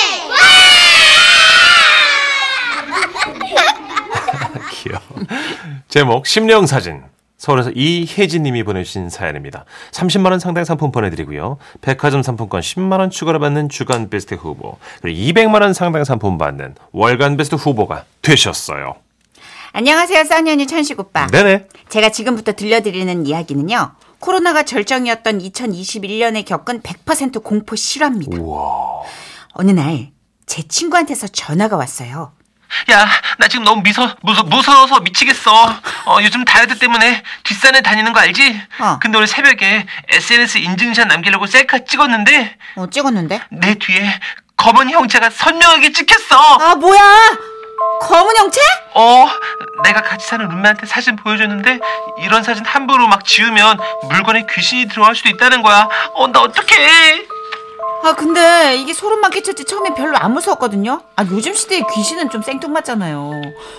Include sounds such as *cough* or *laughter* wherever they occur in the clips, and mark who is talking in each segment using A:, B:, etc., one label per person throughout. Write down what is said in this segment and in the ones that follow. A: *laughs* 제목 심령 사진. 서울에서 이혜진 님이 보내주신 사연입니다. 30만 원 상당 상품 보내드리고요. 백화점 상품권 10만 원 추가로 받는 주간 베스트 후보 그리고 200만 원 상당 상품 받는 월간 베스트 후보가 되셨어요.
B: 안녕하세요, 써니언니 천식 오빠.
A: 네네.
B: 제가 지금부터 들려드리는 이야기는요. 코로나가 절정이었던 2021년에 겪은 100% 공포 실화입니다. 어느 날 제 친구한테서 전화가 왔어요.
C: 야, 나 지금 너무 미서, 무서, 무서워서 미치겠어. 어, 요즘 다이어트 때문에 뒷산에 다니는 거 알지?
B: 어.
C: 근데 오늘 새벽에 SNS 인증샷 남기려고 셀카 찍었는데
B: 어, 찍었는데?
C: 내 뒤에 검은 형체가 선명하게 찍혔어.
B: 아, 뭐야! 검은 형체?
C: 어, 내가 같이 사는 룸메한테 사진 보여줬는데 이런 사진 함부로 막 지우면 물건에 귀신이 들어갈 수도 있다는 거야. 어, 나 어떡해.
B: 아, 근데 이게 소름만 끼쳤지 처음엔 별로 안 무서웠거든요? 아, 요즘 시대에 귀신은 좀 생뚱맞잖아요.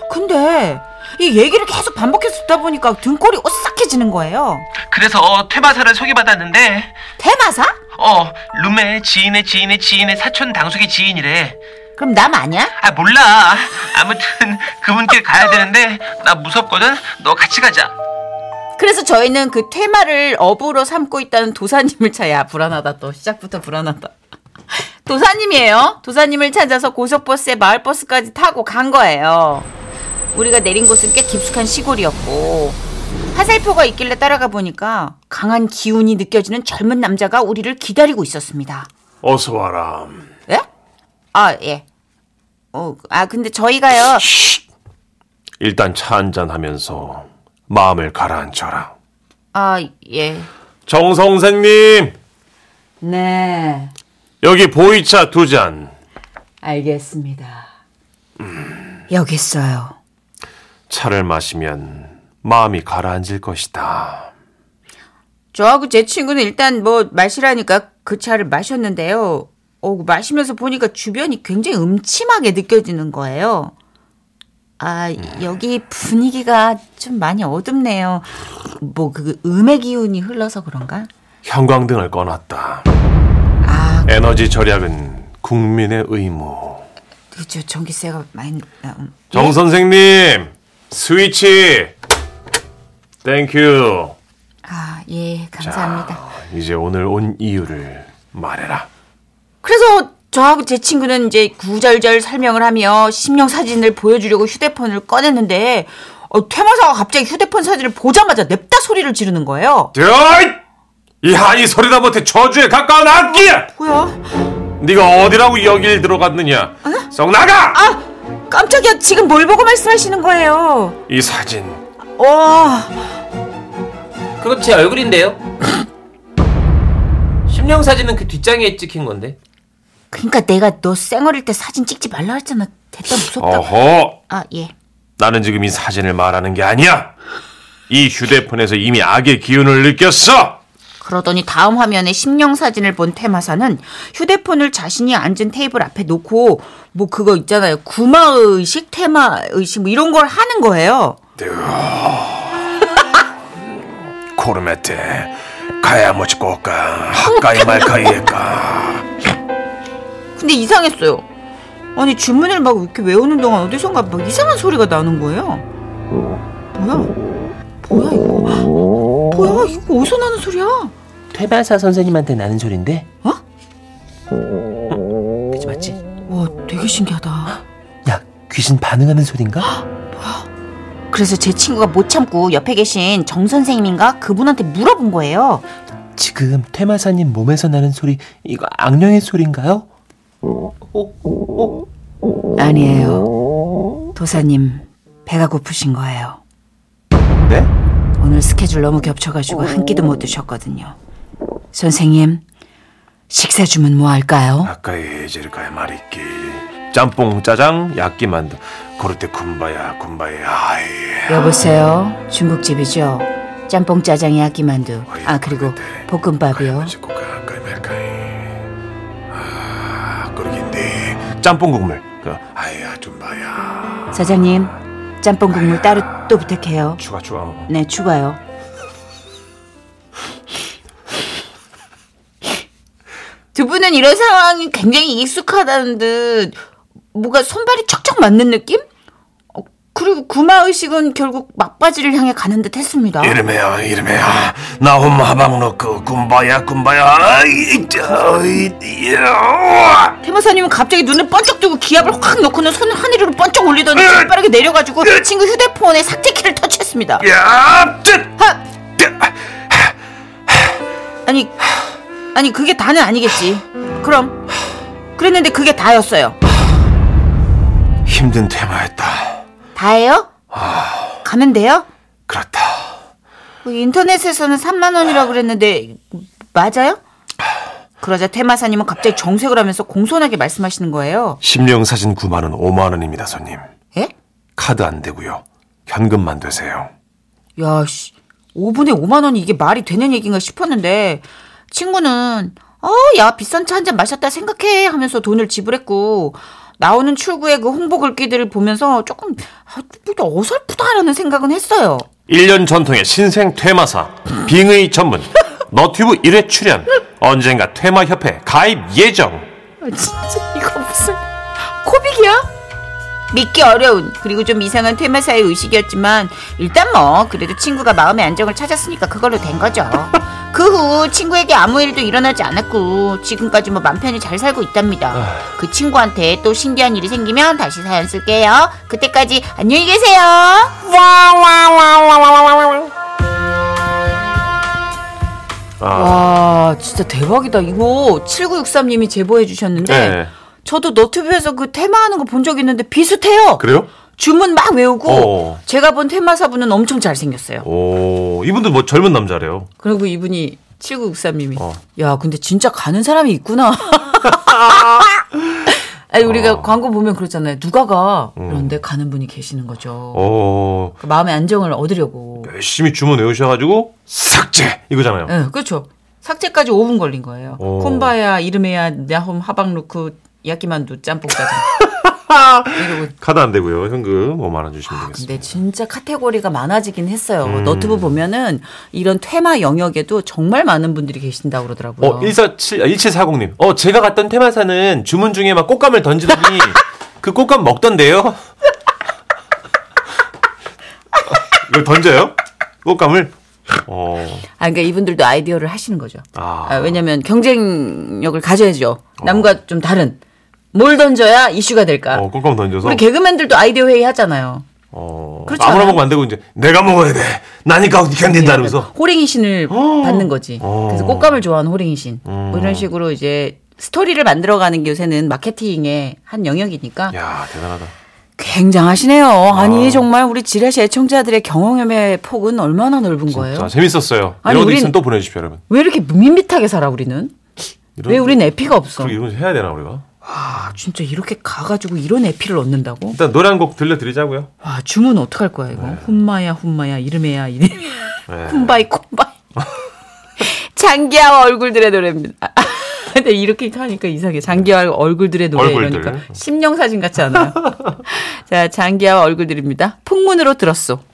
B: 근데 이 얘기를 계속 반복해서 듣다 보니까 등골이 오싹해지는 거예요.
C: 그래서 퇴마사를 소개받았는데
B: 대마사?
C: 어, 룸메 지인의 지인의 지인의 사촌 당숙의 지인이래.
B: 그럼 남 아니야?
C: 아 몰라 아무튼 그분께 가야 되는데 나 무섭거든 너 같이 가자
B: 그래서 저희는 그 퇴마를 업으로 삼고 있다는 도사님을 찾아 불안하다 또 시작부터 불안하다. *laughs* 도사님이에요. 도사님을 찾아서 고속버스에 마을버스까지 타고 간 거예요. 우리가 내린 곳은 꽤 깊숙한 시골이었고 화살표가 있길래 따라가 보니까 강한 기운이 느껴지는 젊은 남자가 우리를 기다리고 있었습니다.
A: 어서 와라.
B: 예? 아 예. 어, 아 근데 저희가요.
A: 일단 차 한잔 하면서 마음을 가라앉혀라.
B: 아 예.
A: 정 선생님
B: 네.
A: 여기 보이차 두 잔.
B: 알겠습니다. 음. 여기 있어요.
A: 차를 마시면 마음이 가라앉을 것이다.
B: 저하고 제 친구는 일단 뭐 마시라니까 그 차를 마셨는데요. 어, 마시면서 보니까 주변이 굉장히 음침하게 느껴지는 거예요. 아, 여기 분위기가 좀 많이 어둡네요. 뭐 그 음의 기운이 흘러서 그런가?
A: 형광등을
B: 아,
A: 꺼놨다. 에너지 절약은 국민의 의무.
B: 예. 그죠 전기세가 많이 나- 음.
A: 정 선생님 스위치. 땡큐.
B: 아, 예, 감사합니다.
A: 아, 이제 오늘 온 이유를 말해라.
B: 그래서 저하고 제 친구는 이제 구절절 설명을 하며 심령 사진을 보여주려고 휴대폰을 꺼냈는데 어, 퇴마사가 갑자기 휴대폰 사진을 보자마자 냅다 소리를 지르는 거예요.
A: 드이! 이 한이 소리다 못해 저주에 가까운 악기야.
B: 뭐야?
A: 네가 어디라고 여길 들어갔느냐? 썩 나가!
B: 아 깜짝이야 지금 뭘 보고 말씀하시는 거예요? 어.
A: 이 사진
B: 와
D: 그거 제 얼굴인데요. 심령 사진은 그 뒷장에 찍힌 건데.
B: 그러니까 내가 너 쌩얼일 때 사진 찍지 말라 했잖아. 됐다 무섭다.
A: 어허.
B: 아 예.
A: 나는 지금 이 사진을 말하는 게 아니야. 이 휴대폰에서 이미 악의 기운을 느꼈어.
B: 그러더니 다음 화면에 심령 사진을 본 테마사는 휴대폰을 자신이 앉은 테이블 앞에 놓고 뭐 그거 있잖아요. 구마 의식, 테마 의식 뭐 이런 걸 하는 거예요.
A: 코르메테 가야 모치꼬까 가이 말카이에까
B: 근데 이상했어요. 아니 주문을 막 이렇게 외우는 동안 어디선가 막 이상한 소리가 나는 거예요. 뭐야? 뭐야 이거? 뭐야 이거 어디서 나는 소리야?
D: 퇴마사 선생님한테 나는 소린데.
B: 어?
D: 응, 그지 맞지?
B: 와 되게 신기하다.
D: 야 귀신 반응하는 소린가?
B: 그래서 제 친구가 못 참고 옆에 계신 정 선생님인가 그분한테 물어본 거예요.
D: 지금 퇴마사님 몸에서 나는 소리 이거 악령의 소린가요?
B: 아니에요. 도사님, 배가 고프신 거예요.
D: 네?
B: 오늘 스케줄 너무 겹쳐가지고 한 끼도 못 드셨거든요. 선생님, 식사 주문 뭐 할까요?
A: 가까이 제르카야 말이끼 짬뽕 짜장 야끼 만두 고르테 군바야 군바야 아이
B: 여보세요? 중국집이죠? 짬뽕 짜장에 야끼만두. 아, 그리고 볶음밥이요.
A: 모치꼬까 가이 말카이 아 그러긴데 짬뽕 국물 그, 아이야 좀바야
B: 사장님, 짬뽕 국물 따로 또 부탁해요.
A: 추가 추가 어.
B: 네, 추가요. 두 분은 이런 상황이 굉장히 익숙하다는 듯 뭔가 손발이 척척 맞는 느낌? 어, 그리고 구마의식은 결국 막바지를 향해 가는 듯 했습니다.
A: 예.
E: 이름이야 이름이야 나 혼마 하방 넣고 군바야 군바야 아이, 저, 이, 이, 어.
B: 테마사님은 갑자기 눈을 번쩍 뜨고 기압을 확 넣고는 손을 하늘로 번쩍 올리더니 빠르게 내려가지고 친구 휴대폰에 삭제키를 터치했습니다.
E: 야 쯧!
B: 하!
E: 쯧!
B: 아니, 아니 그게 다는 아니겠지. 그럼 그랬는데 그게 다였어요.
E: 힘든 테마였다
B: 다예요? 가면 돼요?
E: 그렇다
B: 그 인터넷에서는 3만 원이라 그랬는데 맞아요? 그러자 테마사님은 갑자기 정색을 하면서 공손하게 말씀하시는 거예요.
E: 심령 사진 9만원 5만원입니다 손님
B: 예?
E: 카드 안 되고요 현금만 되세요
B: 야, 씨. 5분에 5만 원이 이게 말이 되는 얘기인가 싶었는데 친구는 어, 야, 비싼 차 한 잔 마셨다 생각해 하면서 돈을 지불했고 나오는 출구에 그 홍보 글귀들을 보면서 조금 아, 뭐 어설프다라는 생각은 했어요.
A: 1년 전통의 신생 퇴마사 *clears throat* 빙의 전문 너튜브 1회 출연 언젠가 퇴마협회 가입 예정
B: 아, 진짜 *laughs* 이거 무슨 코빅이야? 믿기 어려운 그리고 좀 이상한 퇴마사의 의식이었지만 일단 뭐 그래도 친구가 마음의 안정을 찾았으니까 그걸로 된 거죠. 그 후 친구에게 아무 일도 일어나지 않았고 지금까지 뭐 맘 편히 잘 살고 있답니다. 그 친구한테 또 신기한 일이 생기면 다시 사연 쓸게요. 그때까지 안녕히 계세요. 와 진짜 대박이다 이거 7963님이 제보해 주셨는데
A: 네.
B: 저도 너튜브에서 그 테마하는 거 본 적 있는데 비슷해요.
A: 그래요?
B: 주문 막 외우고
A: 어.
B: 제가 본 테마사분은 엄청 잘생겼어요.
A: 오 이분도 뭐 젊은 남자래요.
B: 그리고 이분이 7963님이
A: 어.
B: 야 근데 진짜 가는 사람이
A: *laughs*
B: 있구나. 아니 우리가
A: 어.
B: 광고 보면 그렇잖아요. 누가 가
A: 음.
B: 그런데 가는 분이 계시는 거죠.
A: 어. 오
B: 그 마음의 안정을 얻으려고.
A: 열심히 주문 외우셔가지고 삭제 이거잖아요.
B: 예, 그렇죠. 삭제까지 5분 걸린 거예요.
A: 오.
B: 콤바야 이름에야 나홈 하방루크 야끼만두 짬뽕짜장. 이러고
A: 카드 안 되고요. 현금 5만 원 주시면 되겠습니다. 음.
B: 근데 진짜 카테고리가 많아지긴 했어요. 너튜브 보면은 이런 퇴마 영역에도 정말 많은 분들이 계신다고 그러더라고요.
A: 어, 147, 1740님. 어, 제가 갔던 테마사는 주문 중에 막 꽃감을 *laughs* 던지더니 그 꽃감 *laughs* 먹던데요? 이걸 던져요? 꽃감을? 어,
B: 아, 그러니까 이분들도 아이디어를 하시는 거죠.
A: 아.
B: 아, 왜냐면 경쟁력을 가져야죠. 남과 좀 다른. 뭘 던져야 이슈가 될까?
A: 어, 꽃감 던져서.
B: 우리 개그맨들도 아이디어 회의 하잖아요.
A: 어,
B: 그렇지
A: 아무나
B: 않아요?
A: 먹으면 안 되고 이제 내가 먹어야 돼. 나니까 어떻게 안 된다 이러면서.
B: 호랭이 신을 받는 거지.
A: 어.
B: 그래서 꽃감을 좋아하는 호랭이 신. 뭐 이런 식으로 이제 스토리를 만들어가는 게 요새는 마케팅의 한 영역이니까
A: 야, 대단하다.
B: 굉장하시네요. 아니 정말 우리 지라시 애청자들의 경험의 폭은 얼마나 넓은
A: 자,
B: 거예요?
A: 재밌었어요.
B: 아니,
A: 이런 거
B: 우린- 어.
A: 있으면 또 보내주십시오, 여러분.
B: 왜 이렇게 밋밋하게 살아 우리는?
A: 이런-
B: 왜 우린 에피가 없어?
A: 그리고 이런 거 해야 되나, 우리가?
B: 아 진짜 이렇게 가가지고 이런 에피를 얻는다고?
A: 일단 노래 한 곡 들려드리자고요.
B: 와 주문 어떡할 거야 이거? 훈마야 훈마야 이름해야 이름
A: 네.
B: 콤바이 콤바이
A: *laughs*
B: 장기하와 얼굴들의 노래입니다. 아, 근데 이렇게 하니까 이상해. 장기하와 얼굴들의 노래
A: 얼굴들. *laughs*
B: 이러니까 심령 사진 같지 않아요? 자 장기하와 얼굴들입니다. 풍문으로 들었소.